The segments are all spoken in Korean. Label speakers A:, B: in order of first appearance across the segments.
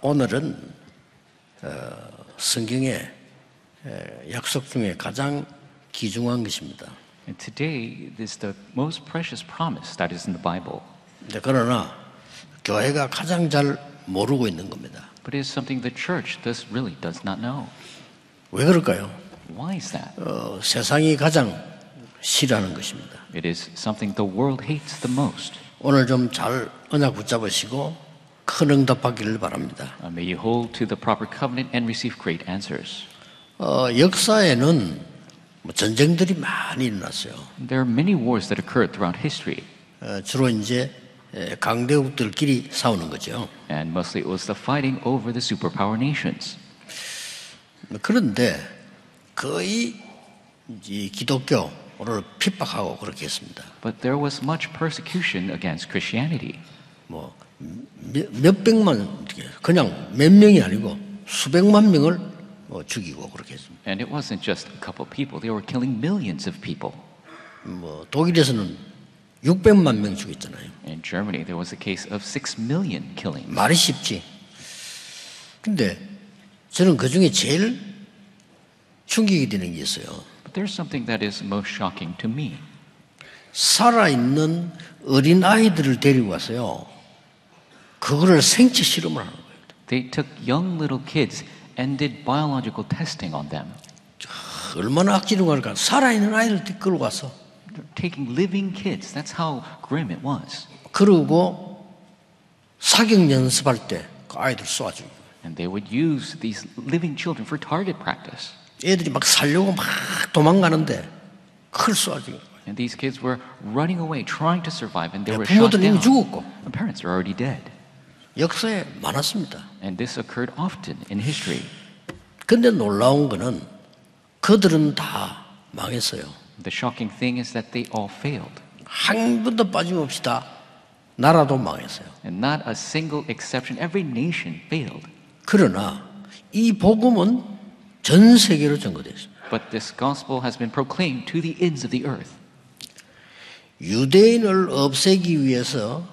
A: 오늘은 어, 성경의 에, 약속 중에 가장 귀중한 것입니다.
B: And today is the most precious promise that is in the Bible,
A: 이제 그러나 교회가 가장 잘 모르고 있는 겁니다.
B: but it is something the church does really does not know.
A: 왜 그럴까요?
B: Why is that?
A: 어, 세상이 가장 싫어하는 것입니다.
B: It is something the world hates the most.
A: 오늘 좀 잘 언약 붙잡으시고 큰 응답하기를 바랍니다.
B: Uh, may you hold to the proper covenant and receive great answers.
A: 어, 역사에는 뭐 전쟁들이 많이 일어났어요.
B: There are many wars that occurred throughout history,
A: 어, 주로 이제 에, 강대국들끼리 싸우는 거죠.
B: and mostly it was the fighting over the superpower nations.
A: 그런데 거의 이 기독교를 핍박하고 그렇게 했습니다.
B: But there was much persecution against Christianity.
A: 뭐 몇, 몇백만 그냥 몇 명이 아니고 수백만 명을 뭐 죽이고 그렇게 했습니다.
B: And it wasn't just a couple people, they were killing millions of people.
A: 뭐 독일에서는 600만 명 죽였잖아요.
B: In Germany, there was a case of six million killings.
A: 말이 쉽지. 근데 저는 그 중에 제일 충격이 되는 게 있어요.
B: But there's something that is most shocking to me.
A: 살아있는 어린 아이들을 데리고 와서요. 그거를 생체 실험을 하는 거예요.
B: They took young little kids and did biological testing on them.
A: 얼마나 악질을 갈까? 살아있는 아이를 끌고 와서
B: They're taking living kids. That's how grim it was.
A: 그러고 사격 연습할 때 그 아이들 쏘아주고
B: And they would use these living children for target practice.
A: 애들이 막 살려고 막 도망가는데 칼 쏘아주고
B: And these kids were running away, trying to survive, and they were shot
A: 부모들은 이미
B: down.
A: 죽었고
B: The parents are already dead.
A: 역사에 많았습니다.
B: And this occurred often in history.
A: 근데 놀라운 거는 그들은 다 망했어요.
B: The shocking thing is that they all failed.
A: 한 분도 빠짐없이 다 나라도 망했어요.
B: And not a single exception. Every nation failed.
A: 그러나 이 복음은 전 세계로 전거됐어요.
B: But this gospel has been proclaimed to the ends of the earth.
A: 유대인을 없애기 위해서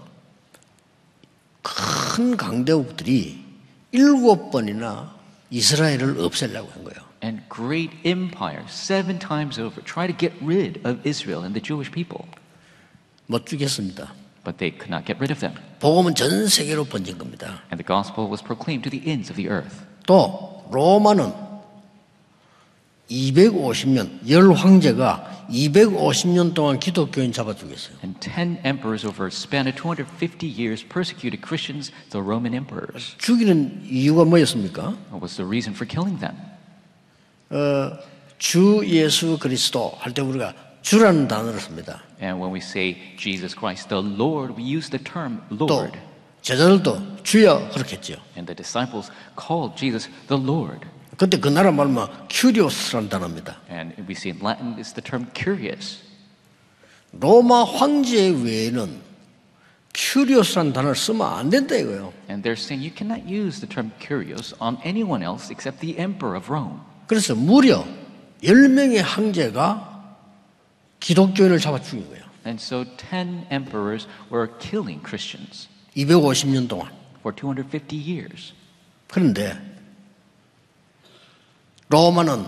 A: 큰 강대국들이 일곱 번이나 이스라엘을 없애려고 한 거예요.
B: And great empires, seven times over, try to get rid of Israel and the Jewish people.
A: 못 주겠습니다.
B: But they could not get rid of them.
A: 복음은 전 세계로 번진 겁니다.
B: And the gospel was proclaimed to the ends of the earth.
A: 또 로마는 250년 열 황제가 250년 동안 기독교인 잡아주겠어요.
B: And ten emperors over a span of 250 years persecuted Christians, the Roman emperors.
A: 죽이는 이유가 뭐였습니까?
B: What was the reason for killing them?
A: 주 예수 그리스도 할 때 우리가 주라는 단어를 씁니다.
B: And when we say Jesus Christ, the Lord, we use the term
A: 또
B: Lord.
A: 제자들도 주여 그렇게 했죠.
B: And the disciples called Jesus the Lord.
A: 근데 그 나라 말만 큐리오스라는 단어입니다.
B: And we see in Latin it's the term curious.
A: 로마 황제 외에는 큐리오스라는 단어를 쓰면 안 된다 이거예요.
B: And they're saying you cannot use the term curious on anyone else except the emperor of Rome.
A: 그래서 무려 10명의 황제가 기독교인을 잡아 죽인 거예요.
B: And so 10 emperors were killing Christians
A: 250년 동안.
B: for 250 years.
A: 그런데 로마는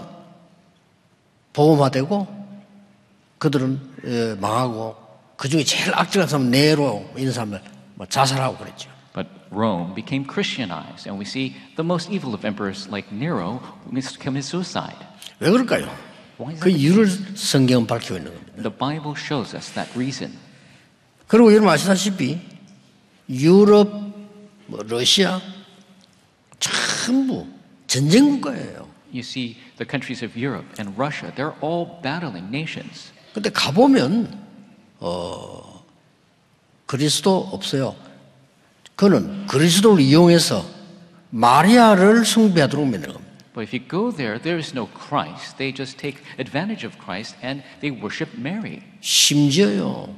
A: 보호화되고 그들은 예, 망하고 그 중에 제일 악질한 사람은 네로 이런 사람을 뭐 자살하고 그랬죠.
B: But Rome became Christianized, and we see the most evil of emperors like Nero mis- commit suicide.
A: 왜 그럴까요?
B: Why is
A: 그
B: that?
A: 이유를 성경은 밝히고 있는 겁니다.
B: The Bible shows us that reason.
A: 그리고 여러분 아시다시피 유럽, 뭐 러시아 전부 전쟁 국가예요.
B: You see, the countries of Europe and Russia, they're all battling nations.
A: 근데 가보면 어 그리스도 없어요. 그는 그리스도를 이용해서 마리아를 숭배하도록 만든 겁니다.
B: But if you go there, there is no Christ. They just take advantage of Christ and they worship Mary.
A: 심지어요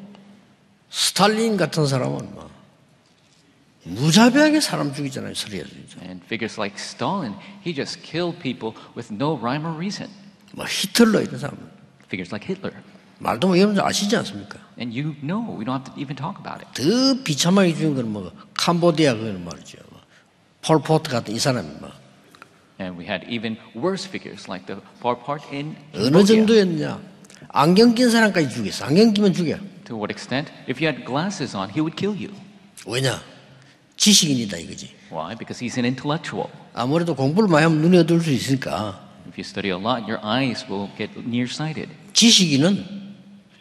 A: 스탈린 같은 사람은 막 무자비하게 사람 죽이잖아요. 서리에서
B: And figures like Stalin, he just killed people with no rhyme or reason.
A: 뭐 히틀러 이런 사람
B: Figures like Hitler.
A: 말도 뭐 여러분 아시지 않습니까?
B: And you know, we don't have to even talk about it.
A: 더 비참하게 죽인 건뭐 캄보디아 그거는 말이죠. 뭐 폴포트 같은 이 사람이 뭐
B: And we had even worse figures like the Pol Pot in
A: 어느
B: Cambodia.
A: 정도였냐? 안경 낀 사람까지 죽였어. 안경 끼면 죽여.
B: To what extent? If you had glasses on, he would kill you.
A: 왜냐? 지식인이다 이거지.
B: Why? Because he's an intellectual.
A: 아무래도 공부를 많이 하면 눈이 어둘 수 있으니까
B: If you study a lot, your eyes will get nearsighted.
A: 지식인은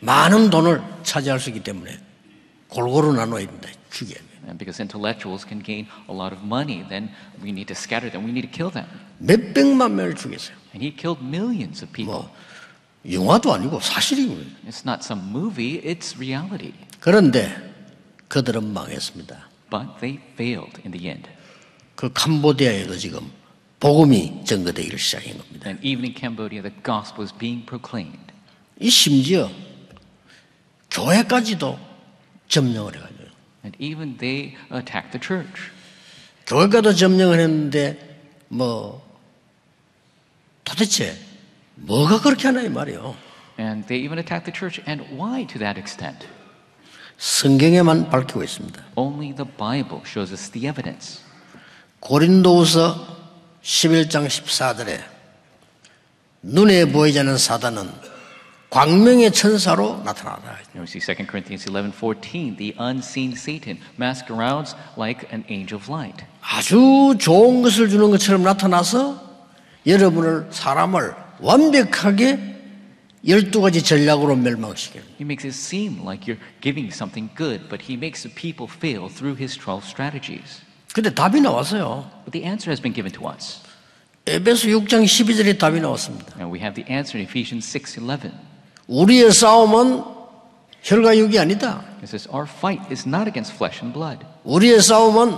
A: 많은 돈을 차지할 수 있기 때문에 골고루 나눠야 된다. 죽여.
B: And because intellectuals can gain a lot of money, then we need to scatter them. We need to kill them.
A: 몇 백만 명을 죽였어요.
B: And he killed millions of people.
A: 뭐 영화도 아니고 사실이고요.
B: It's not some movie, it's reality.
A: 그런데 그들은 망했습니다.
B: But they failed in the end.
A: 그 캄보디아에도 지금 복음이 전거되기를 시작한 겁니다.
B: And even in Cambodia, the gospel is being proclaimed.
A: 이 심지어 교회까지도 점령을 해가지고
B: And even they attacked the church.
A: 교회까지 점령을 했는데 뭐 도대체 뭐가 그렇게 하나 이 말이요.
B: And they even attacked the church. And why to that extent?
A: 성경에만 밝히고 있습니다.
B: Only the Bible shows us the evidence.
A: 고린도후서 11장 14절에 눈에 보이지 않는 사단은 광명의 천사로 나타나다.
B: And we see 2 Corinthians 11 14, the unseen Satan masquerades like an angel of light.
A: 아주 좋은 것을 주는 것처럼 나타나서 여러분을 사람을 완벽하게 12가지 전략으로 멸망시켜요.
B: He makes it seem like you're giving something good, but he makes the people fail through his 12 strategies.
A: 근데 답이 나왔어요.
B: But the answer has been given to us.
A: 에베소 6장 12절에 답이 나왔습니다.
B: And we have the answer in Ephesians 6 11.
A: 우리의 싸움은 혈과 육이 아니다.
B: It says, Our fight is not against flesh and blood.
A: 우리의 싸움은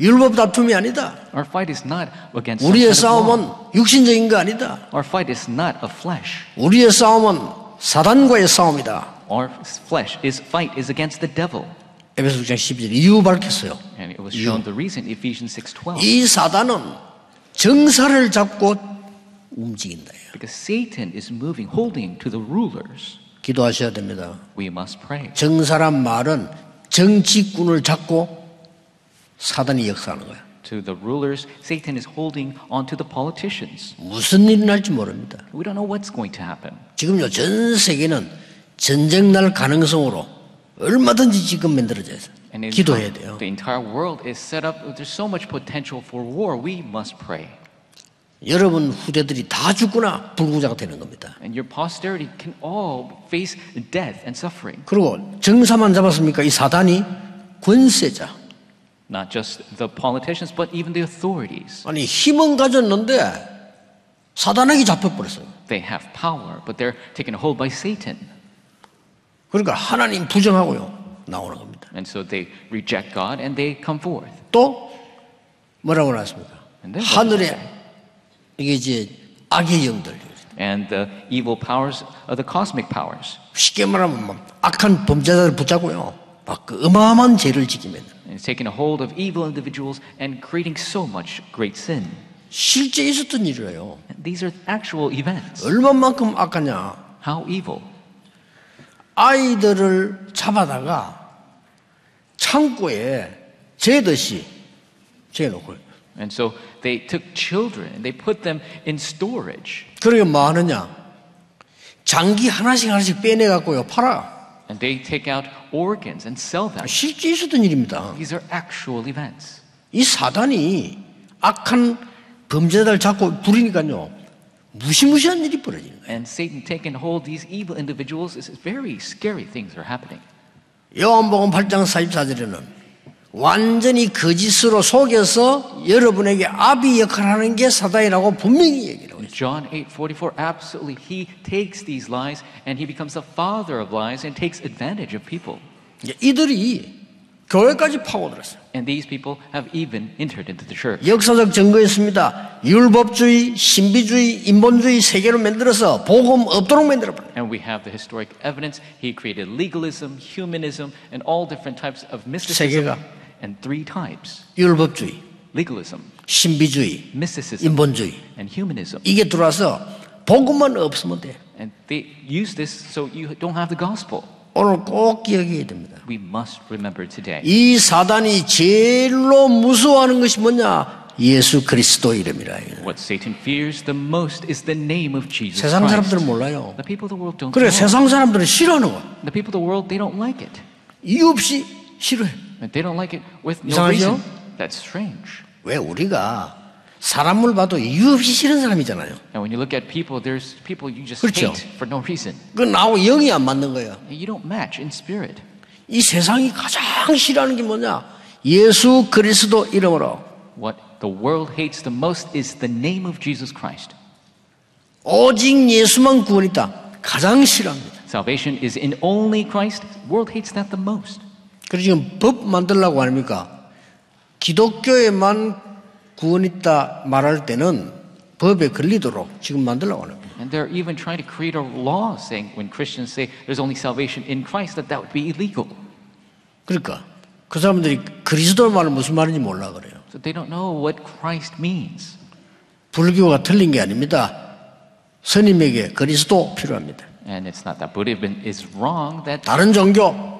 A: 율법 다툼이 아니다.
B: Our fight is not against some
A: 우리의
B: kind of law.
A: 싸움은 육신적인 거 아니다.
B: Our fight is not of flesh.
A: 우리의 싸움은 사단과의 싸움이다.
B: Our flesh is fight is against the devil.
A: 에베소 6장 12절 이유 밝혔어요.
B: And it was shown the reason, Ephesians 6 12.
A: 이 사단은 정사를 잡고 움직인다.
B: Because Satan is moving, holding to the rulers,
A: 기도하셔야 됩니다.
B: we must pray.
A: 정사란 말은 정치꾼을 잡고 사단이 역사하는 거야.
B: To the rulers, Satan is holding on to the politicians.
A: 무슨 일이 날지 모릅니다.
B: We don't know what's going to happen.
A: 지금요 전 세계는 전쟁 날 가능성으로 얼마든지 지금 만들어져 있어요.
B: And in-
A: 기도해야 돼요.
B: the entire world is set up. There's so much potential for war. We must pray.
A: 여러분 후대들이 다 죽거나 불구자가 되는 겁니다.
B: And your posterity can all face death and suffering.
A: 그리고 정사만 잡았습니까? 이 사단이 권세자.
B: Not just the politicians, but even the authorities.
A: 아니 힘은 가졌는데 사단에게 잡혀버렸어요.
B: They have power, but they're taken hold by Satan.
A: 그러니까 하나님 부정하고요 나오는 겁니다.
B: And so they reject God and they come forth.
A: 또 뭐라고 나왔습니까?
B: 근데 뭐죠?
A: 하늘에 이게 이제 악의 영들
B: And the evil powers are the cosmic powers.
A: 쉽게 말하면 막 악한 범죄자를 붙잡고요 막 그 어마어마한 죄를 지키면
B: And it's taking a hold of evil individuals and creating so much great sin.
A: 실제 있었던 일이에요.
B: And these are actual events.
A: 얼마만큼 악하냐?
B: How evil.
A: 아이들을 잡아다가 창고에 재듯이 재놓고
B: And so they took children and they put them in storage.
A: 그러게 뭐 하느냐? 장기 하나씩 하나씩 빼내 갖고요 팔아.
B: And they take out organs and sell them.
A: 실제 있었던 일입니다.
B: These are actual events.
A: 이 사단이 악한 범죄자를 자꾸 부리니까요 무시무시한 일이 벌어지는 거예요.
B: And Satan taking hold these evil individuals is very scary things are happening.
A: 요한복음 8장 44절에는 완전히 거짓으로 속여서 여러분에게 아비 역할을 하는 게 사단이라고 분명히 얘기를 해요.
B: John 8:44 absolutely he takes these lies and he becomes the father of lies and takes advantage of people.
A: 이제 이들이 교회까지 파고들었어요.
B: And these people have even entered into the church.
A: 역사적 증거 있습니다. 율법주의, 신비주의, 인본주의 세계로 만들어서 복음 없도록 만들어버려요.
B: And we have the historic evidence. He created legalism, humanism, and all different types of mysticism.
A: 세계가.
B: And three types
A: 율법주의,
B: legalism,
A: 신비주의,
B: mysticism,
A: 인본주의
B: and humanism.
A: 이게 들어와서 복음만 없으면 돼.
B: And they use this so you don't have the gospel.
A: 오늘 꼭 기억해야 됩니다.
B: We must remember today.
A: 이 사단이 제일로 무서워하는 것이 뭐냐? 예수 그리스도 이름이라.
B: What Satan fears the most is the name of Jesus
A: 세상 사람들은
B: Christ.
A: 몰라요.
B: The people of the world don't
A: 그래,
B: know.
A: 세상 사람들은 싫어하는 거야.
B: The people of the world, they don't like it.
A: 이유 없이 싫어해.
B: But they don't like it with no
A: 이상하죠?
B: reason. That's strange.
A: 왜 우리가 사람을 봐도 이유 없이 싫은 사람이잖아요.
B: And when you look at people, there's people you just
A: 그렇죠.
B: hate for no reason.
A: 그 나하고 영이 안 맞는 거예요.
B: You don't match in spirit.
A: 이 세상이 가장 싫어하는 게 뭐냐? 예수 그리스도 이름으로
B: What the world hates the most is the name of Jesus Christ.
A: 오직 예수만 구원이 있다. 가장 싫어합니다.
B: Salvation is in only Christ. World hates that the most.
A: 그래서 지금 법 만들려고 합니까? 기독교에만 구원 있다 말할 때는 법에 걸리도록 지금 만들려고 합니다.
B: And they're even trying to create a law saying when Christians say there's only salvation in Christ that that would be illegal.
A: 그러니까 그 사람들이 그리스도 말은 무슨 말인지 몰라 그래요.
B: So they don't know what Christ means.
A: 불교가 틀린 게 아닙니다. 스님에게 그리스도 필요합니다.
B: And it's not that Buddhism is wrong. That
A: 다른 종교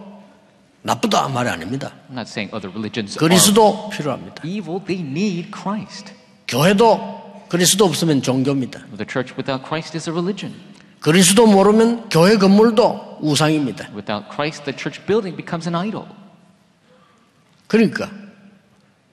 A: 나쁘다 말이 아닙니다.
B: I'm not saying other religions are
A: 그리스도 필요합니다.
B: evil. They need Christ.
A: 교회도 그리스도 없으면 종교입니다.
B: The church without Christ is a religion.
A: 그리스도 모르면 교회 건물도 우상입니다.
B: Without Christ, the church building becomes an idol.
A: 그러니까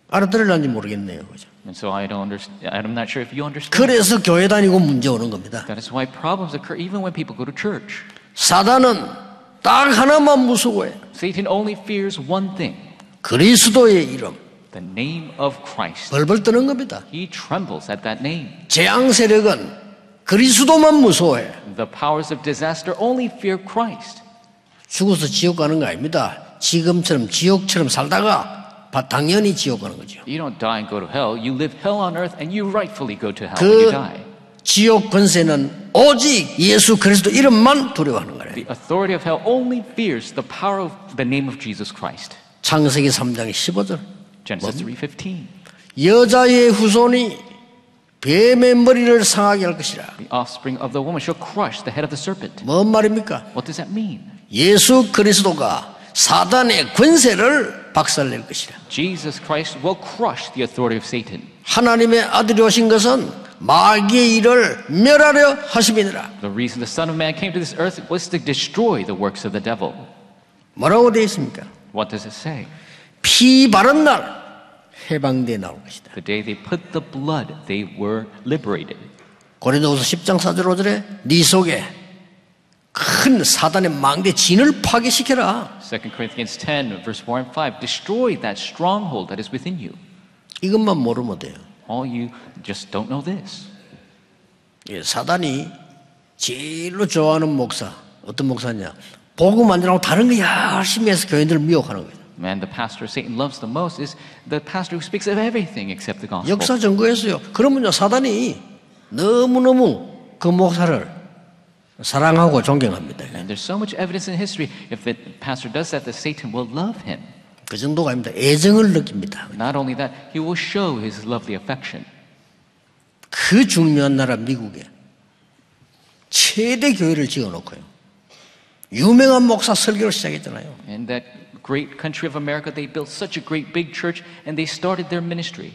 A: 알아들을는지 모르겠네요. 그죠?
B: And so I don't understand. I'm not sure if you understand.
A: 그래서 교회 다니고 문제 오는 겁니다.
B: That is why problems occur even when people go to church.
A: 사단은 딱 하나만 무서워해.
B: Satan only fears one thing
A: 그리스도의 이름
B: the name of Christ.
A: 벌벌 뜨는 겁니다.
B: He trembles at that name.
A: 재앙 세력은 그리스도만 무서워해.
B: The powers of disaster only fear Christ.
A: 죽어서 지옥 가는 거 아닙니다. 지금처럼 지옥처럼 살다가 바- 당연히 지옥 가는 거죠.
B: You don't die and go to hell. You live hell on earth and you rightfully go to hell when you
A: 그
B: die.
A: 지옥 권세는 오직 예수 그리스도 이름만 두려워하는 거예요.
B: The authority of hell only fears the power of the name of Jesus Christ.
A: 창세기 3장 15절.
B: Genesis 3:15.
A: 여자의 후손이 뱀의 머리를 상하게 할 것이라.
B: The offspring of the woman shall crush the head of the serpent.
A: 뭔 말입니까?
B: What does that mean?
A: 예수 그리스도가 사단의 권세를 박살낼 것이라.
B: Jesus Christ will crush the authority of Satan.
A: 하나님의 아들이 오신 것은 마귀의 일을 멸하려 하심이니라.
B: The reason the Son of Man came to this earth was to destroy the works of the devil.
A: 뭐라고 되어 있습니까?
B: What does it say?
A: 피 바른 날 해방돼 나올 것이다.
B: The day they put the blood, they were liberated.
A: 고린도후서 10장 4절 5절에 네 속에 큰 사단의 망대 진을 파괴시켜라.
B: 2 Corinthians 10, verse 4 and 5. Destroy that stronghold that is within you.
A: 이것만 모르면 돼요.
B: All you just don't know this.
A: 예, 사단이 제일로 좋아하는 목사 어떤 목사냐? 복음 안 전하고 다른 거 열심히 해서 교인들을 미혹하는 거예요.
B: Man, the pastor Satan loves the most is the pastor who speaks of everything except the gospel.
A: 역사 전거했어요. 그러면요 사단이 너무 너무 그 목사를 사랑하고 존경합니다.
B: And there's so much evidence in history. If the pastor does that, the Satan will love him.
A: 그 정도가 아닙니다. 애정을 느낍니다.
B: Not only that, he will show his lovely affection.
A: 그 중요한 나라 미국에 최대 교회를 지어놓고요. 유명한 목사 설교를 시작했잖아요.
B: In that great country of America, they built such a great big church and they started their ministry,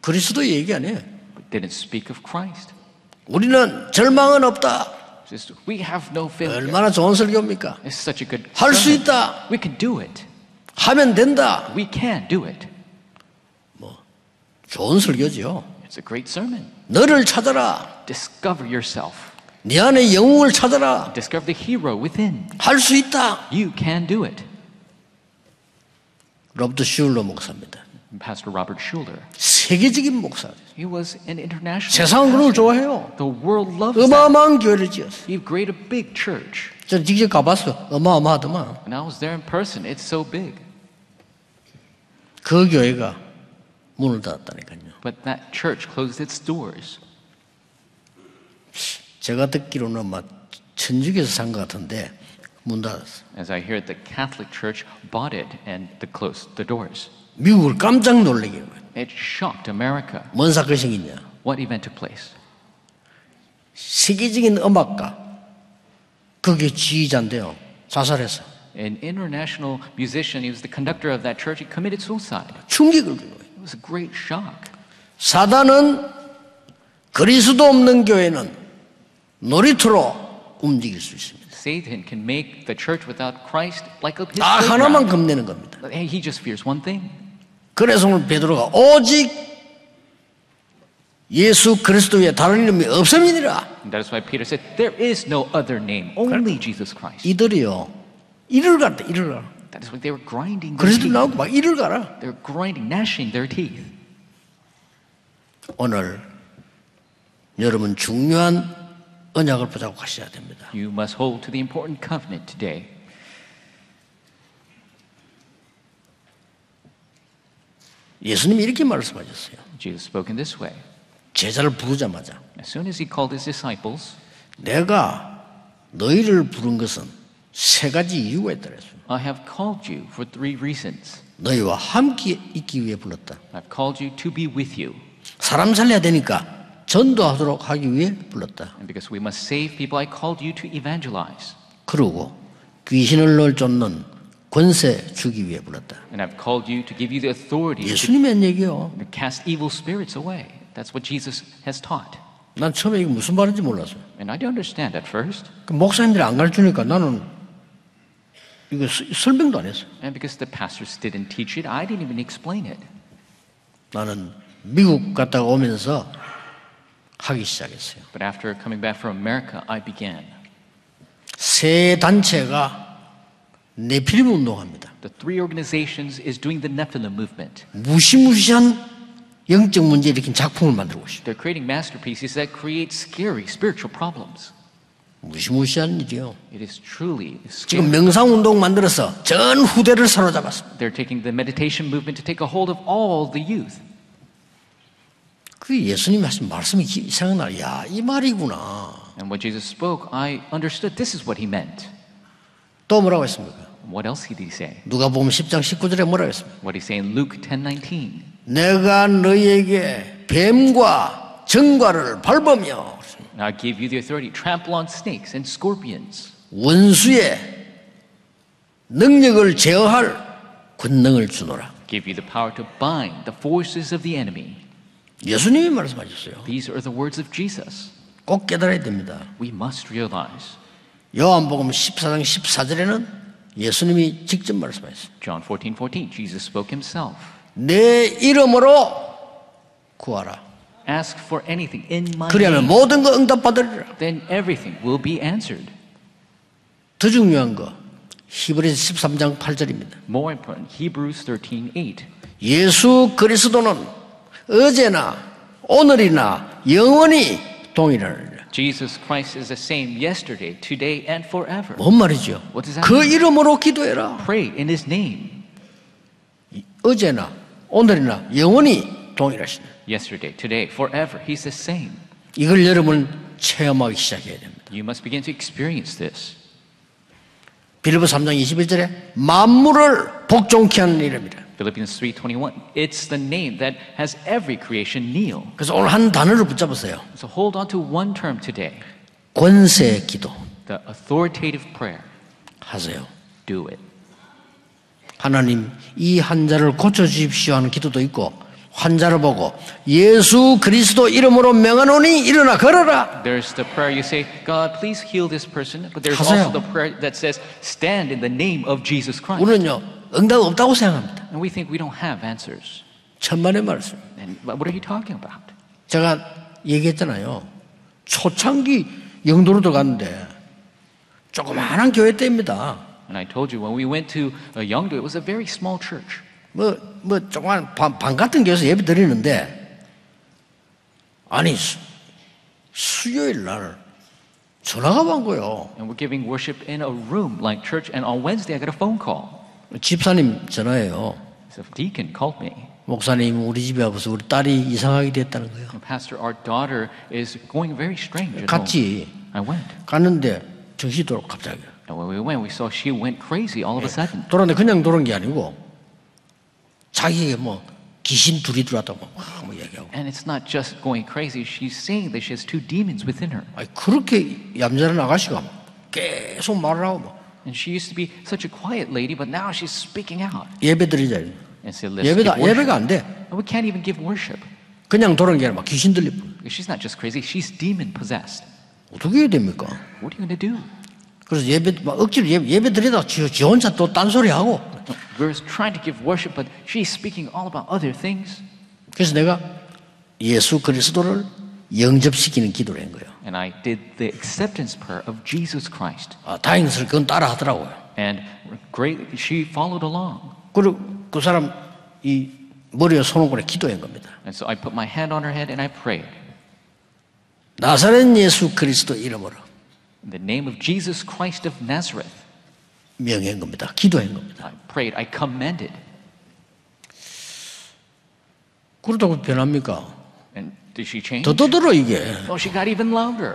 A: 그리스도 얘기 안 해요.
B: but didn't speak of Christ.
A: 우리는 절망은 없다.
B: Just, we have no failure.
A: 얼마나 좋은 설교입니까?
B: It's such a good.
A: 할수
B: sermon.
A: 있다.
B: We can do it.
A: 하면 된다.
B: We can do it.
A: 좋은 설교지요.
B: It's a great sermon.
A: 너를 찾아라.
B: Discover yourself,
A: 네 안에 영웅을 찾아라.
B: discover the hero within.
A: 할 수 있다.
B: You can do it.
A: 로버트 슈울러 목사입니다.
B: And Pastor Robert Schuller.
A: 세계적인 목사.
B: He was an international.
A: 세상은 그런 걸 좋아해요.
B: The world loves that.
A: 어마어마한 교회를 지었어요.
B: He created a big church.
A: 저 직접 가봤어요. 어마어마하더만.
B: And I was there in person. It's so big.
A: 그 교회가 문을 닫았다니까요.
B: But that church closed its doors.
A: 제가 듣기로는 막 천주교에서 산 것 같은데 문 닫았어.
B: As I hear, the Catholic Church bought it and the closed the doors.
A: 미국을 깜짝 놀래게 한 거예요.
B: It shocked America.
A: 뭔 사건이 생겼냐?
B: What event took place?
A: 세계적인 음악가 그게 지휘자인데요. 자살해서
B: An international musician, he was the conductor of that church, he committed suicide.
A: 충격을 준 거예요.
B: It was a great shock.
A: 사단은 그리스도 없는 교회는 놀이터로 움직일 수 있습니다.
B: Satan can make the church without Christ like a his
A: 딱 하나만
B: playground.
A: 겁내는 겁니다.
B: But, Hey, he just fears one thing.
A: 그래서 오늘 베드로가 오직 예수 그리스도 외에 다른 이름이 없음이니라.
B: And that is why Peter said, There is no other name, only Jesus Christ.
A: 이들이요. 이를 갔다 이를 가라.
B: That is why they were grinding their
A: 그리스도
B: teeth.
A: 나오고 막 이를 가라.
B: They were grinding, gnashing their teeth.
A: 오늘 여러분 중요한 언약을 보자고 가셔야 됩니다.
B: You must hold to the important covenant today.
A: 예수님이 이렇게 말씀하셨어요.
B: Jesus spoke in this way.
A: 제자를 부르자마자
B: As soon as he called his disciples,
A: 내가 너희를 부른 것은 세 가지 이유가 있더라. 했어요.
B: I have called you for three reasons.
A: 너희와 함께 있기 위해 불렀다.
B: I've called you to be with you.
A: 사람 살려야 되니까 전도하도록 하기 위해 불렀다.
B: And because we must save people, I called you to evangelize.
A: 그리고 귀신을 널 쫓는 권세 주기 위해 불렀다.
B: And I've called you to give you the authority to
A: 예수님의 한 얘기요.
B: to cast evil spirits away. That's what Jesus has taught.
A: 난 처음에 이게 무슨 말인지 몰랐어.
B: And I didn't understand at first.
A: 그 목사님들이 안 가르치니까 나는 이거 스- 설명도 안 했어.
B: And because the pastors didn't teach it, I didn't even explain it.
A: 나는 미국 갔다가 오면서 하기 시작했어요.
B: But after coming back from America, I began.
A: 세 단체가 네피림 운동합니다.
B: The three organizations is doing the Nephilim movement.
A: 무시무시한 영적 문제 일으킨 작품을 만들고 싶어요.
B: They're creating masterpieces that create scary spiritual problems.
A: 무시무시한 일이요.
B: It is truly
A: 지금
B: scary.
A: 명상 운동 만들어서 전 후대를 사로잡았습니다.
B: They're taking the meditation movement to take a hold of all the youth.
A: 그 예수님이 하신 말씀이 기- 생각나. 야, 이 말이구나.
B: And when Jesus spoke, I understood this is what he meant.
A: 또 뭐라고 했습니까?
B: What else did he say?
A: 누가 보면 10장 19절에 뭐라고 했습니까?
B: What did he say in Luke 10:19?
A: 내가 너희에게 뱀과 정과를 밟으며
B: Now I give you the authority. Trample on snakes and scorpions.
A: 원수의 능력을 제어할 권능을 주노라.
B: Give you the power to bind the forces of the enemy.
A: 예수님이 말씀하셨어요.
B: These are the words of Jesus.
A: 꼭 깨달아야 됩니다.
B: We must realize.
A: 요한복음 14장 14절에는 예수님이 직접 말씀하셨어요.
B: John 14, 14, Jesus spoke himself.
A: 내 이름으로 구하라.
B: Ask for anything in my
A: 그리하면
B: name.
A: 모든 거 응답받으리라.
B: Then everything will be answered.
A: 더 중요한 거 히브리서 13장 8절입니다.
B: More important, Hebrews 13, 8.
A: 예수 그리스도는 어제나 오늘이나 영원히 동일하느라.
B: Jesus Christ is the same yesterday, today, and forever.
A: 뭔 말이죠?
B: What does that
A: 그
B: mean?
A: 이름으로 기도해라.
B: Pray in his name.
A: 어제나 오늘이나 영원히 동일하시네.
B: Yesterday, today, forever. He's the same.
A: 이걸 여러분 체험하기 시작해야 됩니다.
B: You must begin to experience this.
A: 빌립보 3장 21절에 만물을 복종케 하는 이름이라.
B: Philippians 3:21. It's the name that has every creation kneel.
A: 그래서 오늘 한 단어를 붙잡으세요.
B: So hold on to one term today,
A: 권세 기도
B: the authoritative prayer.
A: 하세요.
B: Do it.
A: 하나님 이 환자를 고쳐 주십시오 하는 기도도 있고 환자를 보고 예수 그리스도 이름으로 명하노니 일어나 걸어라.
B: There's the prayer you say, God, please heal this person. But there's
A: 하세요.
B: also the prayer that says, stand in the name of Jesus Christ.
A: 우리는요 응답 없다고 생각합니다.
B: And we think we don't have answers.
A: 천만의 말씀.
B: And but what are you talking about?
A: 제가 얘기했잖아요. 초창기 영도로 들어갔는데 조그마한 교회 때입니다.
B: And I told you when we went to uh, Yeongdo, it was a very small church.
A: 뭐 뭐 조그만 방, 방 같은 교회에서 예배 드리는데 아니 수, 수요일 날 전화가 온 거예요.
B: And we're giving worship in a room like church. And on Wednesday, I got a phone call.
A: 집사님 전화예요.
B: So deacon called me.
A: 목사님 우리 집에 와서 우리 딸이 이상하게 됐다는 거예요.
B: And Pastor, our daughter is going very strange. At home.
A: 같이
B: I went.
A: 갔는데 정신이 돌아 갑자기.
B: And when we went, we saw she went crazy all of a sudden.
A: 돌았는데 그냥 돌은 게 아니고 자기에게 뭐 귀신 둘이 들어왔다고 막 뭐 얘기하고.
B: And it's not just going crazy, she's saying that she has two demons within her.
A: 아니 그렇게 얌전한 아가씨가 계속 말을 하고 막
B: And she used to be such a quiet lady, but now she's speaking out
A: 예배 드리자.
B: and said, Let's give
A: 예배도
B: worship.
A: 예배가 안 돼.
B: And we can't even give worship.
A: 그냥 도는 게 아니라 막 귀신 들릴 뿐.
B: She's not just crazy, she's demon possessed.
A: 어떻게 해야 됩니까?
B: What are you going to do?
A: 그래서 예배 막 억지로 예배, 예배 드리다 지, 지 혼자 또 딴소리 하고.
B: We're trying to give worship, but she's speaking all about other things.
A: 그래서 내가 예수 그리스도를 영접시키는 기도를 한 거예요.
B: And I did the acceptance prayer of Jesus Christ.
A: 아, 다행스럽게 그건 따라 하더라고요.
B: And great, she followed along.
A: 그리고 그 사람 이 머리에 손오골에 기도한 겁니다.
B: And so I put my hand on her head and I prayed.
A: 나사렛 예수 그리스도 이름으로
B: In the name of Jesus Christ of Nazareth,
A: 명한 겁니다. 기도한 겁니다.
B: I prayed, I commended.
A: 그렇다고 변합니까?
B: And did she change?
A: 더 떠들어 이게.
B: Oh, she got even louder.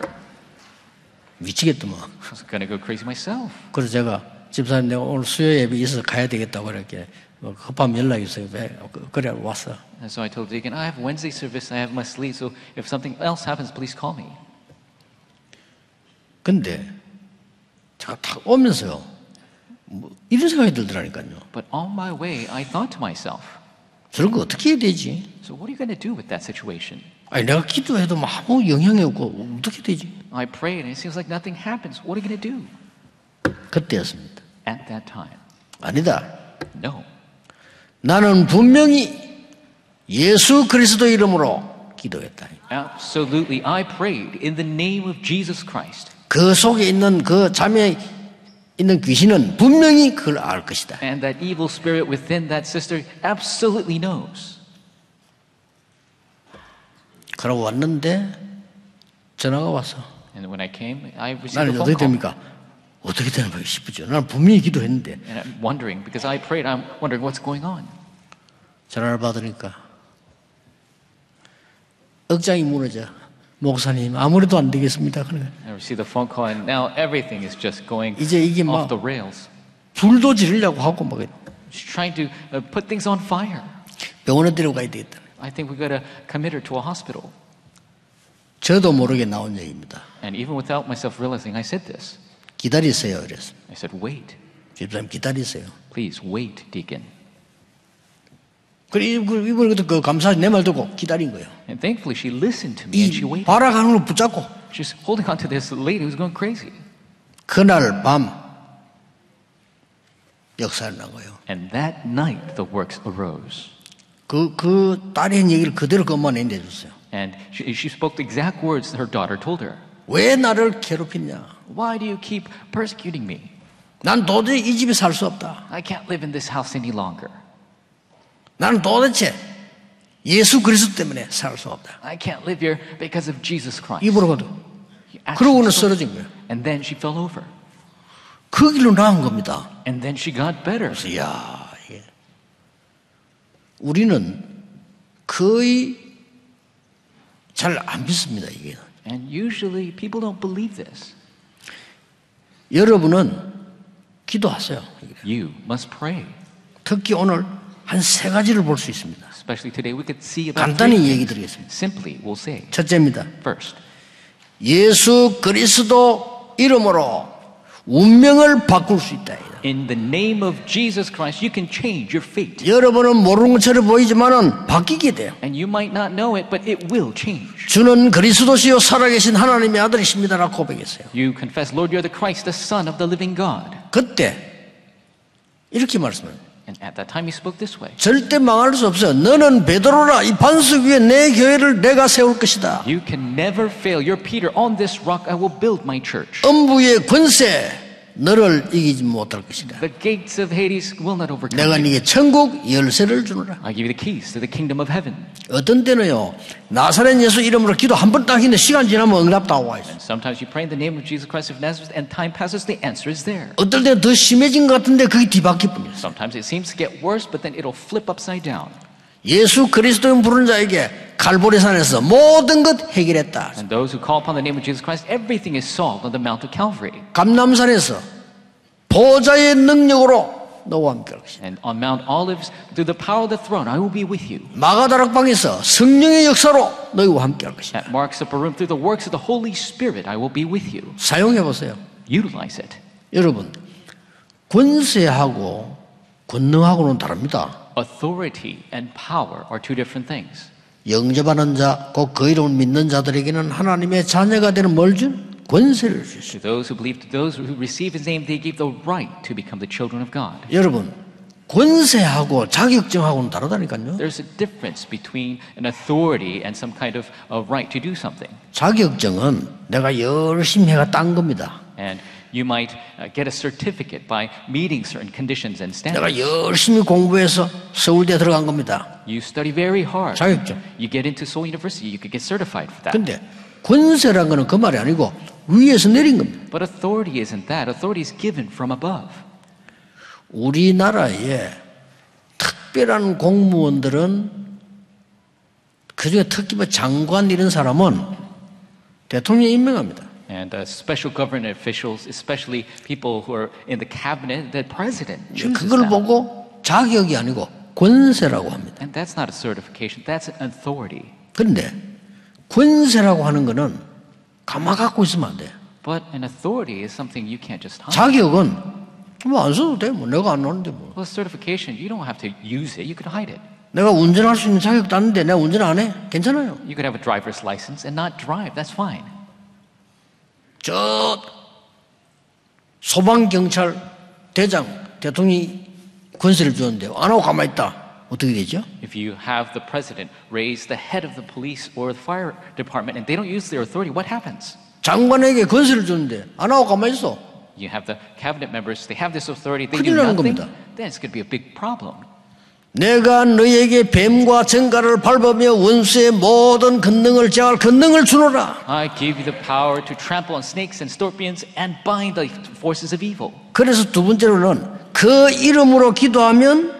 A: 미치겠더만.
B: I was going to go crazy myself.
A: 그래서 제가 집사님 내가 오늘 수요 예배 있어서 가야 되겠다고 그랬게 뭐 급하면 연락이 있어요. 왜? 그- 그래 왔어.
B: And so I told Deacon, I have Wednesday service, I have my sleep, so if something else happens, please call me.
A: 근데 제가 탁 오면서요. 뭐 이런 생각이 들더라니까요.
B: But on my way, I thought to myself,
A: 저런 거 어떻게 해야 되지?
B: so what are you going to do with that situation?
A: 아니 내가 기도해도 뭐 아무 영향이 없고 어떻게 되지?
B: I prayed, and it seems like nothing happens. What are you going to do?
A: 그때였습니다.
B: At that time,
A: 아니다.
B: no.
A: 나는 분명히 예수 그리스도 이름으로 기도했다.
B: Absolutely, I prayed in the name of Jesus Christ.
A: 그 속에 있는 그 잠에 있는 귀신은 분명히 그걸 알 것이다.
B: And that evil spirit within that sister absolutely knows.
A: 그러고 왔는데 전화가 왔어.
B: And when I came, I received
A: 나는 이제
B: a phone
A: 어떻게
B: call.
A: 됩니까? 어떻게 되는 거야 싶었죠. 나는 분명히 기도했는데
B: And I'm wondering, because I prayed, I'm wondering what's going on.
A: 전화를 받으니까 억장이 무너져. 목사님 아무래도 안 되겠습니다. 그래.
B: I received a phone call, and now everything is just going
A: 이제 이게 막-
B: off the rails.
A: 불도 지르려고 하고 막
B: She's trying to uh, put things on fire.
A: 병원에 데려가야 되겠다.
B: I think we got to commit her to a hospital.
A: 저도 모르게 나온 얘기입니다.
B: And even without myself realizing, I said this.
A: 기다리세요. 이랬어.
B: I said, wait,
A: 집사님 기다리세요.
B: please wait, deacon.
A: 그래 이분- 이분이 그때 그 감사 내 말 듣고 기다린 거예요.
B: And thankfully, she listened to me and she
A: 이
B: waited.
A: 바라가는 걸 붙잡고
B: She's holding on to this lady who's going crazy.
A: 그날 밤 역사를 난 거예요.
B: And that night, the works arose.
A: 그, 그 딸이 한 얘기를 그대로 그만해 줬어요.
B: And she, she spoke the exact words her daughter told her
A: 왜 나를 괴롭히냐?
B: Why do you keep persecuting me?
A: 난 도저히 이 집에 살 수 없다.
B: I can't live in this house any longer.
A: 나는 도대체 예수 그리스도 때문에 살 수 없다.
B: I can't live here because of Jesus Christ.
A: 입으로 가도.
B: She actually
A: 그러고는
B: spoke-
A: 쓰러진 거예요.
B: And then she fell over.
A: 그 길로 나은 겁니다.
B: And then she got better.
A: 이야, 예. 우리는 거의 잘 안 믿습니다, 이게.
B: And usually people don't believe this.
A: 여러분은 기도하세요.
B: You must pray.
A: 특히 오늘 한 세 가지를 볼 수 있습니다.
B: Especially today, we could see about
A: 간단히
B: three
A: 얘기
B: things.
A: 드리겠습니다.
B: Simply, we'll say
A: 첫째입니다.
B: first,
A: 예수 그리스도 이름으로 운명을 바꿀 수 있다.
B: in the name of Jesus Christ, you can change your fate.
A: 여러분은 모르는 것처럼 보이지만은 바뀌게 돼요.
B: And you might not know it, but it will change.
A: 주는 그리스도시요 살아계신 하나님의 아들이십니다라고 고백했어요.
B: You confess, Lord, you're the Christ, the Son of the living God.
A: 그때 이렇게 말씀해요.
B: And at that time, he spoke this way
A: 절대 망할 수 없어요. 너는 베드로라 이 반석 위에 내 교회를 내가 세울 것이다.
B: You can never fail. You're Peter. On this rock, I will build my church.
A: 음부의 권세 너를 이기지 못할 것이다.
B: The gates of Hades will not overcome
A: 내가
B: you.
A: 네게 천국 열쇠를 주노라.
B: I give you the keys to the kingdom of heaven.
A: 어떤 때는요 나사렛 예수 이름으로 기도 한 번 딱 했는데 시간 지나면 응답 다 와 있어. 요
B: And sometimes you pray in the name of Jesus Christ of Nazareth, and time passes, the answer is there.
A: 어떨 때는 더 심해진 것 같은데 그게 뒤바뀌뿐이에요.
B: Sometimes it seems to get worse, but then it'll flip upside down.
A: 예수 그리스도인 부른 자에게 갈보리산에서 모든 것 해결했다.
B: And those who call upon the name of Jesus Christ, everything is solved on the Mount of Calvary.
A: 감남산에서 보좌의 능력으로 너와 함께 할 것이다.
B: And on Mount Olives, through the power of the throne, I will be with you.
A: 마가다락방에서 성령의 역사로 너희와 함께 할 것이다.
B: At Mark's upper room, through the works of the Holy Spirit, I will be with you.
A: 사용해 보세요.
B: Utilize it.
A: 여러분 권세하고 권능하고는 다릅니다.
B: Authority and power are two different things.
A: 영접하는 자, 곧 그 이름을 믿는 자들에게는 하나님의 자녀가 되는 뭘 준? 권세를 주시오.
B: To those who believe, to those who receive his name, they give the right to become the children of God.
A: 여러분, 권세하고 자격증하고는 다르다니까요.
B: There's a difference between an authority and some kind of a right to do something.
A: 자격증은 내가 열심히 해가 딴 겁니다.
B: And you might uh, get a certificate by meeting certain conditions and
A: 내가
B: standards.
A: 열심히 공부해서 서울대 들어간 겁니다.
B: You study very hard.
A: 자격증.
B: You get into Seoul University, you could get certified for that.
A: 근데 권세란 거는 그 말이 아니고 위에서 내린 겁니다.
B: But authority isn't that. Authority is given from above.
A: 우리나라에 특별한 공무원들은 그중에 특히 뭐 장관 이런 사람은 대통령이 임명합니다.
B: And uh, special government officials, especially people who are in the cabinet, the president chooses
A: 그걸
B: them.
A: 보고 자격이 아니고 권세라고 합니다.
B: And that's not a certification, that's an authority.
A: 그런데 권세라고 하는 거는 가만 갖고 있으면 안 돼요.
B: But an authority is something you can't just hide.
A: 자격은 뭐 안 써도 돼. 뭐 내가 안 하는데 뭐.
B: Well, certification, you don't have to use it, you could hide it.
A: 내가 운전할 수 있는 자격도 아는데 내가 운전 안 해. 괜찮아요.
B: You could have a driver's license and not drive, that's fine.
A: 저 소방경찰 대장 대통령이 권세를 주는데 안 하고 가만히 있다. 어떻게 되죠?
B: If you have the president raise the head of the police or the fire department and they don't use their authority, what happens?
A: 장관에게 권세를 주는데 안 하고 가만히 있어.
B: You have the cabinet members, they have this authority, they
A: 큰일
B: do
A: 나는
B: nothing,
A: 겁니다.
B: then it's going to be a big problem.
A: 내가 너에게 뱀과 전갈을 밟으며 원수의 모든 근능을 제할 근능을 주노라.
B: I give you the power to trample on snakes and scorpions and bind the forces of evil.
A: 그래서 두 번째로는 그 이름으로 기도하면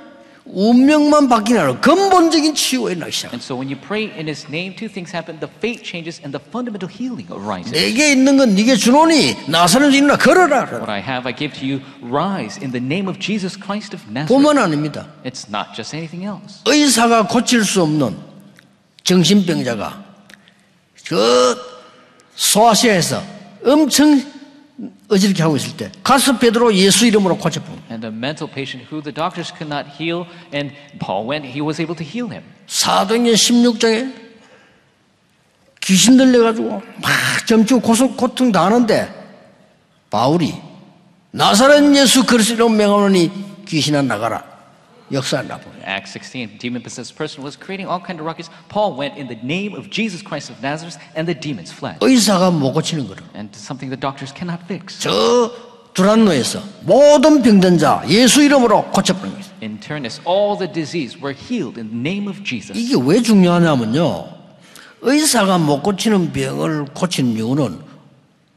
A: 운명만 바뀌나로 근본적인 치유에 나기 시작.
B: And so when you pray in his name, two things happen. The fate changes and the fundamental healing arises.
A: 내게 있는 건 네게 주노니 나서는 일이나 걸어라.
B: What I have, I give to you. Rise in the name of Jesus Christ of Nazareth.
A: 보만 아닙니다.
B: It's not just anything else.
A: 의사가 고칠 수 없는 정신병자가 그 소아시아에서 엄청 어지럽게 하고 있을 때 가스 베드로 예수 이름으로 고쳐봅니다.
B: And a mental patient who the doctors could not heal, and Paul went, he was able to heal him.
A: 사도행전 16장에 귀신 들려가지고 막 점치고 고소, 고통 당하는데 바울이 나사렛 예수 그리스도로 명하노니 귀신아 나가라 역사 나보
B: Acts 16, demon possessed person was creating all kind of ruckus. Paul went in the name of Jesus Christ of Nazareth, and the demons fled.
A: 의사가 못 고치는 거를
B: And something the doctors cannot fix.
A: 저 두란노에서 모든 병든 자 예수 이름으로 고쳐버린 거예요.
B: In Turnus, all the disease were healed in the name of Jesus.
A: 이게 왜 중요하냐면요. 의사가 못 고치는 병을 고치는 이유는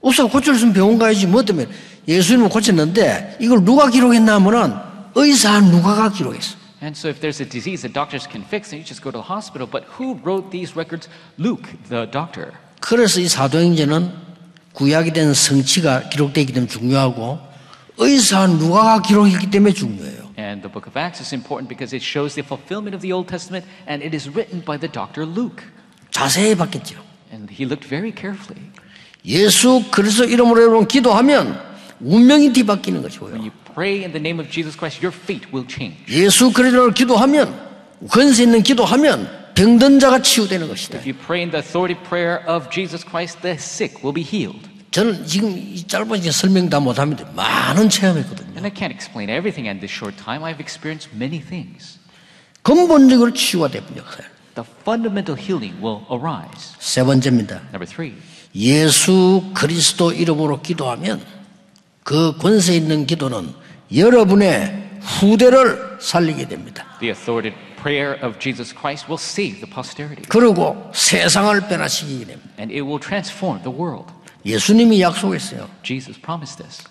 A: 의사가 고칠 수 있는 병원 가야지 뭐 때문에 예수님은 고쳤는데 이걸 누가 기록했나 하면은 의사 누가가 기록했어.
B: And so, if there's a disease that doctors can fix, then you just go to the hospital. But who wrote these records? Luke, the doctor.
A: 그래서 이 사도행전은 구약이 된 성취가 기록되기 때문에 중요하고 의사 누가가 기록했기 때문에 중요해요.
B: And the book of Acts is important because it shows the fulfillment of the Old Testament, and it is written by the doctor Luke.
A: 자세히 봤겠죠.
B: And he looked very carefully.
A: 예수 그리스도 이름으로 여러분 기도하면 운명이 뒤바뀌는 것이고요.
B: When you pray in the name of Jesus Christ, your fate will change.
A: 예수 그리스도를 기도하면 권세 있는 기도하면 병든 자가 치유되는 것이다.
B: If you pray in the authority prayer of Jesus Christ, the sick will be healed.
A: 저는 지금 이 짧은 시간 설명 다 못합니다. 많은 체험했거든요.
B: And I can't explain everything in this short time. I've experienced many things.
A: 근본적으로 치유가 되는 역사예요.
B: The fundamental healing will arise.
A: 세 번째입니다.
B: Number three,
A: 예수 그리스도 이름으로 기도하면 그 권세 있는 기도는 여러분의 후대를 살리게 됩니다.
B: the authority prayer of Jesus Christ will save the posterity,
A: 그리고 세상을 변화시키게 됩니다.
B: and it will transform the world.
A: 예수님이 약속했어요.
B: Jesus promised this.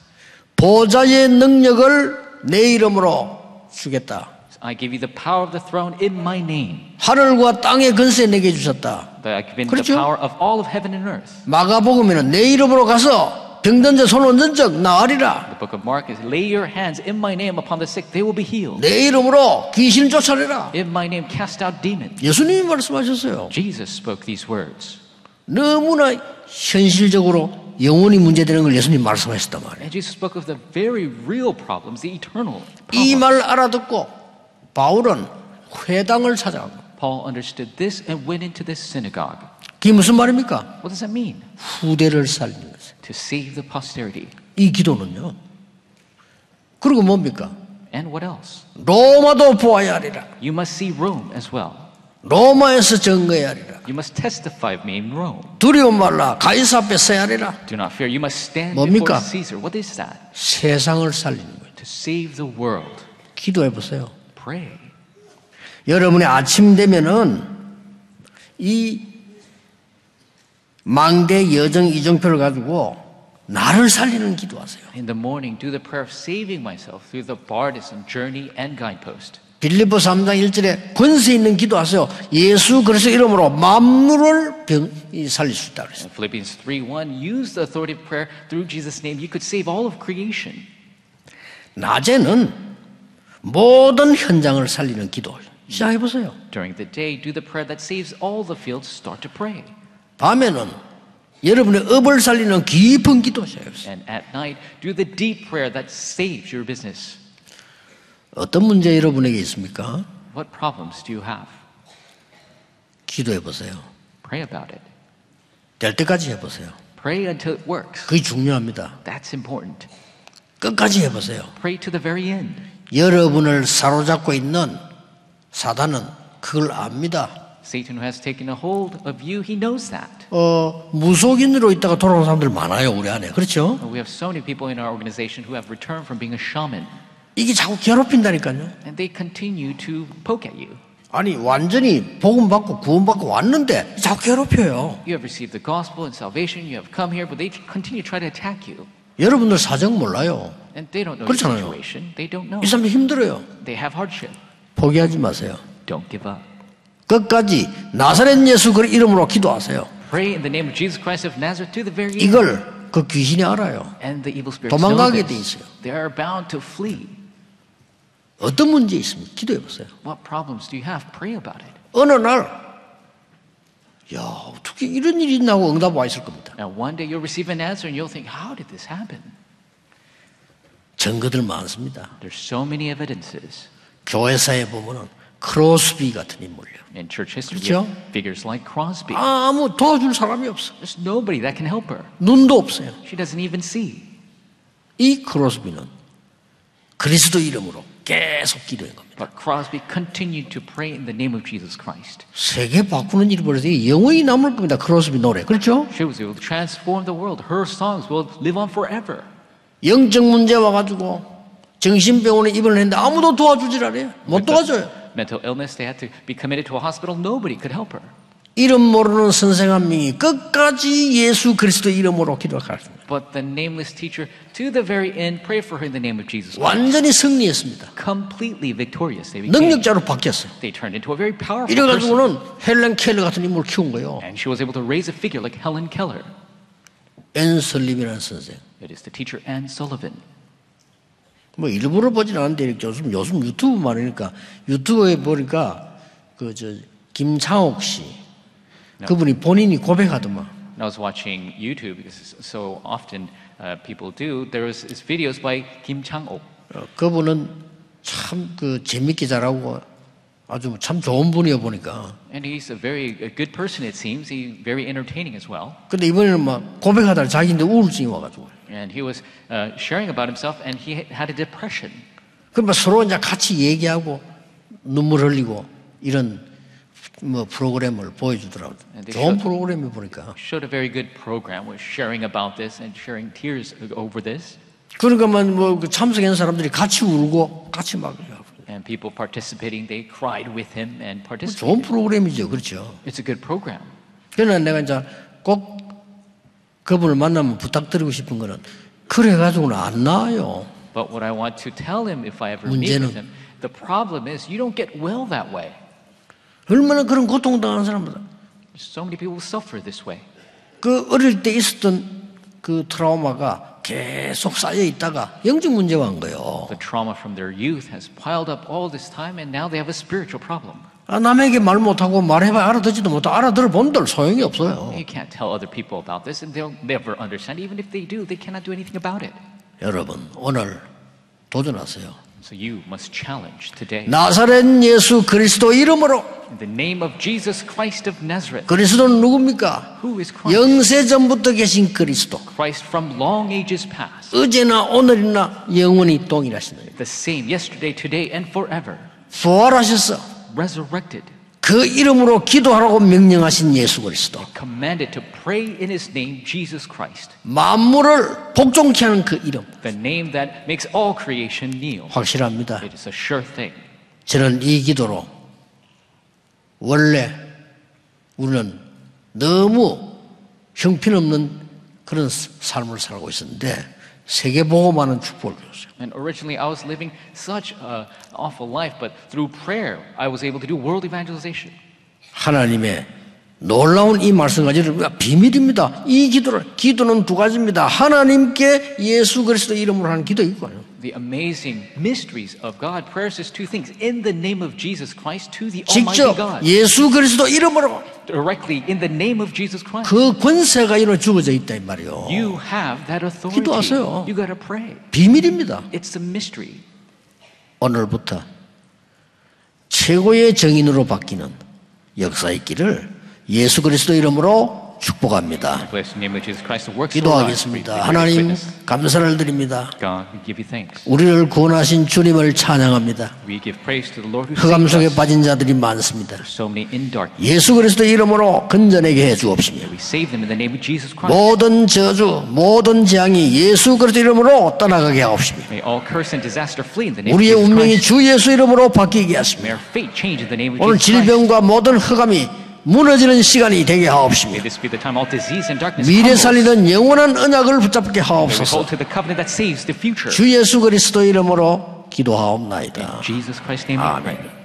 A: 보좌의 능력을 내 이름으로 주겠다.
B: I give you the power of the throne in my name.
A: 하늘과 땅의 근세 내게 주셨다.
B: That I give you the
A: 그렇죠.
B: power of all of heaven and earth.
A: 마가복음에는 내 이름으로 가서 병든 자 손 얹은 적 나으리라.
B: The book of Mark is lay your hands in my name upon the sick, they will be healed.
A: 내 이름으로 귀신 쫓아내라.
B: In my name cast out demons.
A: 예수님이 말씀하셨어요.
B: Jesus spoke these words.
A: 너무나 현실적으로 영혼이 문제되는 걸 예수님 말씀하셨단 말이에요.
B: And Jesus spoke of the very real problems, the eternal
A: 이
B: problems.
A: 말을 알아듣고 바울은 회당을 찾아간 거예요.
B: Paul understood this and went into this synagogue.
A: 그게 무슨 말입니까?
B: What does that mean?
A: 후대를 살리는 것이.
B: To save the posterity.
A: 이 기도는요. 그리고 뭡니까?
B: And what else?
A: 로마도 보아야 하리라.
B: You must see Rome as well.
A: 로마에서 증거해야 하리라.
B: You must testify of me in Rome.
A: 두려움 말라. 가이사 앞에 서야 하리라.
B: Do not fear. You must stand
A: 뭡니까?
B: before Caesar. What is that?
A: 세상을 살리는 거예요.
B: To save the world.
A: 기도해 보세요.
B: Pray.
A: 여러분의 아침 되면은 이 망대 여정 이정표를 가지고 나를 살리는 기도하세요.
B: In the morning, do the prayer of saving myself through the bardism, journey, and guidepost.
A: 빌리보 3장 1절에 권세 있는 기도하세요. 예수 그리스도 이름으로 만물을 병, 이 살릴 수 있다 그랬어요.
B: In Philippians 3 1, use the authority of prayer through Jesus' name. You could save all of creation.
A: 낮에는 모든 현장을 살리는 기도 시작해 보세요.
B: During the day, do the prayer that saves all the fields. Start to pray.
A: 밤에는 여러분의 업을 살리는 깊은 기도 시작해 보세요.
B: And at night, do the deep prayer that saves your business.
A: 어떤 문제 여러분에게 있습니까?
B: What problems do you have?
A: 기도해 보세요.
B: Pray about it.
A: 될 때까지 해 보세요.
B: Pray until it works.
A: 그게 중요합니다.
B: That's important.
A: 끝까지 해보세요.
B: Pray to the very end.
A: 여러분을 사로잡고 있는 사단은 그걸 압니다.
B: Satan who has taken a hold of you, he knows that.
A: 어, 무속인으로 있다가 돌아온 사람들 많아요, 우리 안에. 그렇죠?
B: We have so many people in our organization who have returned from being a shaman,
A: 이게 자꾸 괴롭힌다니까요.
B: and they continue to poke at you.
A: 아니, 완전히 복음받고 구원받고 왔는데 자꾸 괴롭혀요.
B: You have received the gospel and salvation, you have come here, but they continue to try to attack you.
A: 여러분들 사정 몰라요.
B: And they don't know your
A: 그렇잖아요.
B: situation. They don't know.
A: 이 사람들 힘들어요.
B: They have hardship.
A: 포기하지 마세요.
B: Don't give up.
A: 끝까지 나사렛 예수 그 이름으로 기도하세요.
B: Pray in the name of Jesus Christ of Nazareth to the very end.
A: 이걸 그 귀신이 알아요.
B: And the evil spirits know
A: 도망가게 돼
B: this.
A: 있어요.
B: They are bound to flee.
A: 어떤 문제 있습니까? 기도해보세요.
B: What problems do you have? Pray about it.
A: 어느 날, 야, 어떻게 이런 일이 있나고 응답 와 있을 겁니다.
B: And one day you'll receive an answer and you'll think, how did this happen?
A: 증거들 많습니다.
B: There's so many evidences.
A: 교회사에 보면은 크로스비 같은 인물이요.
B: In church history,
A: 그렇죠?
B: you have figures like Crosby.
A: 아무 도와줄 사람이 없어.
B: There's nobody that can help her.
A: 눈도 없어요.
B: She doesn't even see.
A: 이 크로스비는 그리스도 이름으로 계속 기도한 겁니다.
B: But Crosby continued to pray in the name of Jesus Christ.
A: 세계 바꾸는 일이 벌어서 영원히 남을 겁니다. 크로스비 노래. 그렇죠?
B: She was able to transform the world. Her songs will live on forever.
A: 영적 문제 와가지고 정신병원에 입원을 했는데 아무도 도와주질 않아요.
B: 그러니까
A: 못 도와줘요.
B: Mental illness, they had to be committed to a hospital. Nobody could help her.
A: 이름 모르는 선생 한 명이 끝까지 예수 그리스도 이름으로 기도하겠습니다.
B: But the nameless teacher, to the very end, prayed for her in the name of Jesus.
A: 완전히 승리했습니다.
B: Completely victorious, they became.
A: 능력자로 바뀌었어요.
B: They turned into a very powerful person.
A: 이래가지고는 헬렌 켈러 같은 인물을 키운 거예요.
B: And she was able to raise a figure like Helen Keller.
A: 앤슬림이라는 선생.
B: It is the teacher Anne Sullivan.
A: 뭐 일부러 보진 않는데 이렇게 요즘 요즘 유튜브 말이니까 유튜브에 보니까 그 저 김창옥 씨 그분이 본인이 고백하더만
B: And I was watching YouTube because so often uh, people do. There was this videos by Kim Chang Ok.
A: 어, 그분은 참 그 재밌게 잘하고 아주 뭐 참 좋은 분이야 보니까
B: And he's a very a good person, it seems. He very entertaining as well.
A: 근데 이번에는 막 고백하다가 자기인데 우울증이 와가지고
B: And he was uh, sharing about himself, and he ha- had a depression.
A: 그러면 서로 이제 같이 얘기하고 눈물 흘리고 이런 뭐 프로그램을 보여주더라고요.
B: 네,
A: 좋은
B: 그-
A: 프로그램이 보니까.
B: Showed a very good program, was sharing about this and sharing tears over this.
A: 그러니까만 뭐그 참석한 사람들이 같이 울고 같이 막 이러고.
B: And people participating, they cried with him and participated.
A: 좋은 프로그램이죠, 그렇죠.
B: It's a good program.
A: 그러나 내가 이제 꼭 그분을 만나면 부탁드리고 싶은 거는 그래 가지고는 안 나아요.
B: But what I want to tell him if I ever meet
A: 문제는-
B: with him, the problem is you don't get well that way.
A: 얼마나 그런 고통 당하는 사람들.
B: So many people suffer this way.
A: 그 어릴 때 있었던 그 트라우마가 계속 쌓여 있다가 영적 문제가 온 거예요.
B: The trauma from their youth has piled up all this time, and now they have a spiritual problem.
A: 아, 남에게 말 못하고 말해봐야 알아듣지도 못하고 알아들어 본들 소용이 없어요.
B: You can't tell other people about this, and they'll never understand. Even if they do, they cannot do anything about it.
A: 여러분, 오늘 도전하세요.
B: So you must challenge today.
A: 나사렛 예수 그리스도 이름으로
B: In the name of Jesus Christ of Nazareth,
A: 그리스도는 누굽니까?
B: who is Christ?
A: 영세 전부터 계신 그리스도.
B: Christ from long ages past,
A: 어제나 오늘이나 영원히 동일하시네.
B: the same yesterday, today, and forever,
A: 부활하셨어.
B: resurrected,
A: 그 이름으로 기도하라고 명령하신 예수 그리스도.
B: commanded to pray in his name, Jesus Christ,
A: 만물을 복종케 하는 그 이름.
B: the name that makes all creation kneel.
A: 확실합니다.
B: It is a sure thing.
A: 저는 이 기도로 원래 우리는 너무 형편없는 그런 삶을 살고 있었는데 세계보험하는 축복을 주었어요.
B: And originally, I was living such an awful life, but through prayer, I was able to do world evangelization.
A: 하나님의 놀라운 이 말씀까지는 우리가 비밀입니다. 이 기도를 기도는 두 가지입니다. 하나님께 예수 그리스도 이름으로 하는 기도이고요.
B: The amazing mysteries of God. Prayers is two things in the name of Jesus Christ to the Almighty
A: 직접
B: God.
A: 예수 그리스도 이름으로
B: Directly in the name of Jesus Christ.
A: 그 권세가 이로 주어져 있다 이 말이요.
B: You have that authority.
A: 기도하세요.
B: You got to pray.
A: 비밀입니다.
B: It's a mystery.
A: 오늘부터 최고의 정인으로 바뀌는 역사의 길을 예수 그리스도 이름으로 축복합니다.
B: Bless the name of Jesus Christ. The works of our lives. We
A: 기도하겠습니다.
B: bear
A: 하나님
B: witness.
A: 감사를 드립니다.
B: God, we give you thanks.
A: 우리를 구원하신 주님을 찬양합니다.
B: We give praise to the Lord who
A: 흑암
B: saved
A: 속에
B: us.
A: 빠진 자들이 많습니다.
B: So many in darkness.
A: 예수 그리스도 이름으로 건져내게 해 주옵시며
B: We save them in the name of Jesus Christ.
A: 모든 저주, 모든 재앙이 예수 그리스도 이름으로 떠나가게 하옵시며
B: May all curse and disaster flee in the name of
A: 우리의
B: Jesus
A: 운명이
B: Christ.
A: 주 예수 이름으로 바뀌게 하시며
B: May our fate change in the name
A: 오늘
B: of Jesus Christ.
A: 질병과 모든 흑암이 무너지는 시간이 되게 하옵시며
B: May this be the time all disease and darkness
A: 미래
B: crumbles.
A: 살리는 영원한 언약을 붙잡게
B: May we
A: 하옵소서.
B: hold to the covenant that saves the future.
A: 주 예수 그리스도 이름으로 기도하옵나이다.
B: Jesus Christ's name. we
A: 아멘.
B: pray.